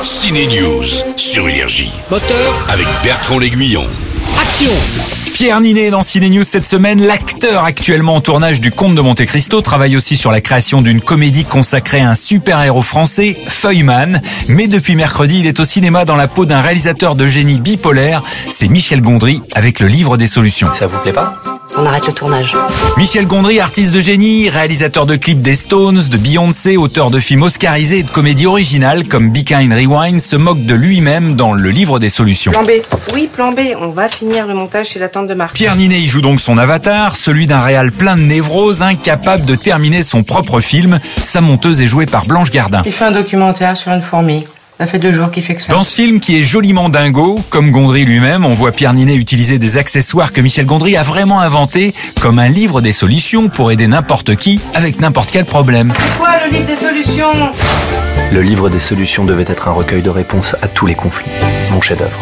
Ciné News sur Énergie Moteur, avec Bertrand L'Aiguillon. action Pierre Ninet dans Ciné News cette semaine, l'acteur actuellement en tournage du Comte de Monte Cristo travaille aussi sur la création d'une comédie consacrée à un super-héros français, Feuilleman. Mais depuis mercredi, il est au cinéma dans la peau d'un réalisateur de génie bipolaire, c'est Michel Gondry avec le livre des solutions. Ça vous plaît pas On arrête le tournage. Michel Gondry, artiste de génie, réalisateur de clips des Stones, de Beyoncé, auteur de films oscarisés et de comédies originales comme Be Kind Rewind, se moque de lui-même dans le livre des solutions. Plan B. Oui, plan B. On va finir le montage chez la tante de Marc. Pierre Ninet y joue donc son avatar, celui d'un réal plein de névrose, incapable de terminer son propre film. Sa monteuse est jouée par Blanche Gardin. Il fait un documentaire sur une fourmi. Ça fait deux jours qu'il fait que ça. Dans ce film qui est joliment dingo, comme Gondry lui-même, on voit Pierre Ninet utiliser des accessoires que Michel Gondry a vraiment inventés, comme un livre des solutions pour aider n'importe qui avec n'importe quel problème. C'est quoi le livre des solutions Le livre des solutions devait être un recueil de réponses à tous les conflits. Mon chef-d'œuvre.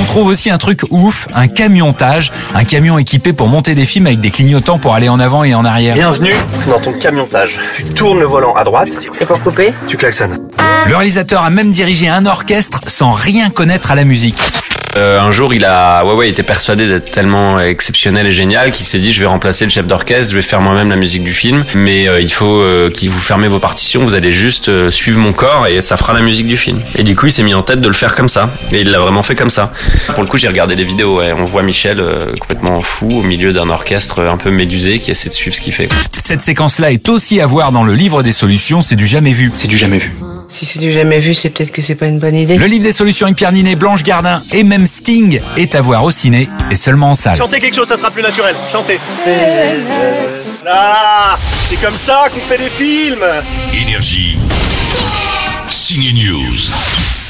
On trouve aussi un truc ouf, un camiontage, un camion équipé pour monter des films avec des clignotants pour aller en avant et en arrière. Bienvenue dans ton camiontage. Tu tournes le volant à droite, C'est pour couper tu klaxonnes. Le réalisateur a même dirigé un orchestre sans rien connaître à la musique. Euh, un jour, il a, ouais, ouais, il était persuadé d'être tellement exceptionnel et génial qu'il s'est dit, je vais remplacer le chef d'orchestre, je vais faire moi-même la musique du film, mais euh, il faut euh, qu'il vous fermez vos partitions, vous allez juste euh, suivre mon corps et ça fera la musique du film. Et du coup, il s'est mis en tête de le faire comme ça, et il l'a vraiment fait comme ça. Pour le coup, j'ai regardé les vidéos, ouais, on voit Michel euh, complètement fou au milieu d'un orchestre euh, un peu médusé qui essaie de suivre ce qu'il fait. Cette séquence-là est aussi à voir dans le livre des solutions, c'est du jamais vu. C'est du jamais vu. Si c'est du jamais vu, c'est peut-être que c'est pas une bonne idée. Le livre des solutions avec Pierre Ninet, Blanche Gardin et même Sting est à voir au ciné et seulement en salle. Chantez quelque chose, ça sera plus naturel. Chantez. Là, c'est comme ça qu'on fait des films. Énergie. Ciné News.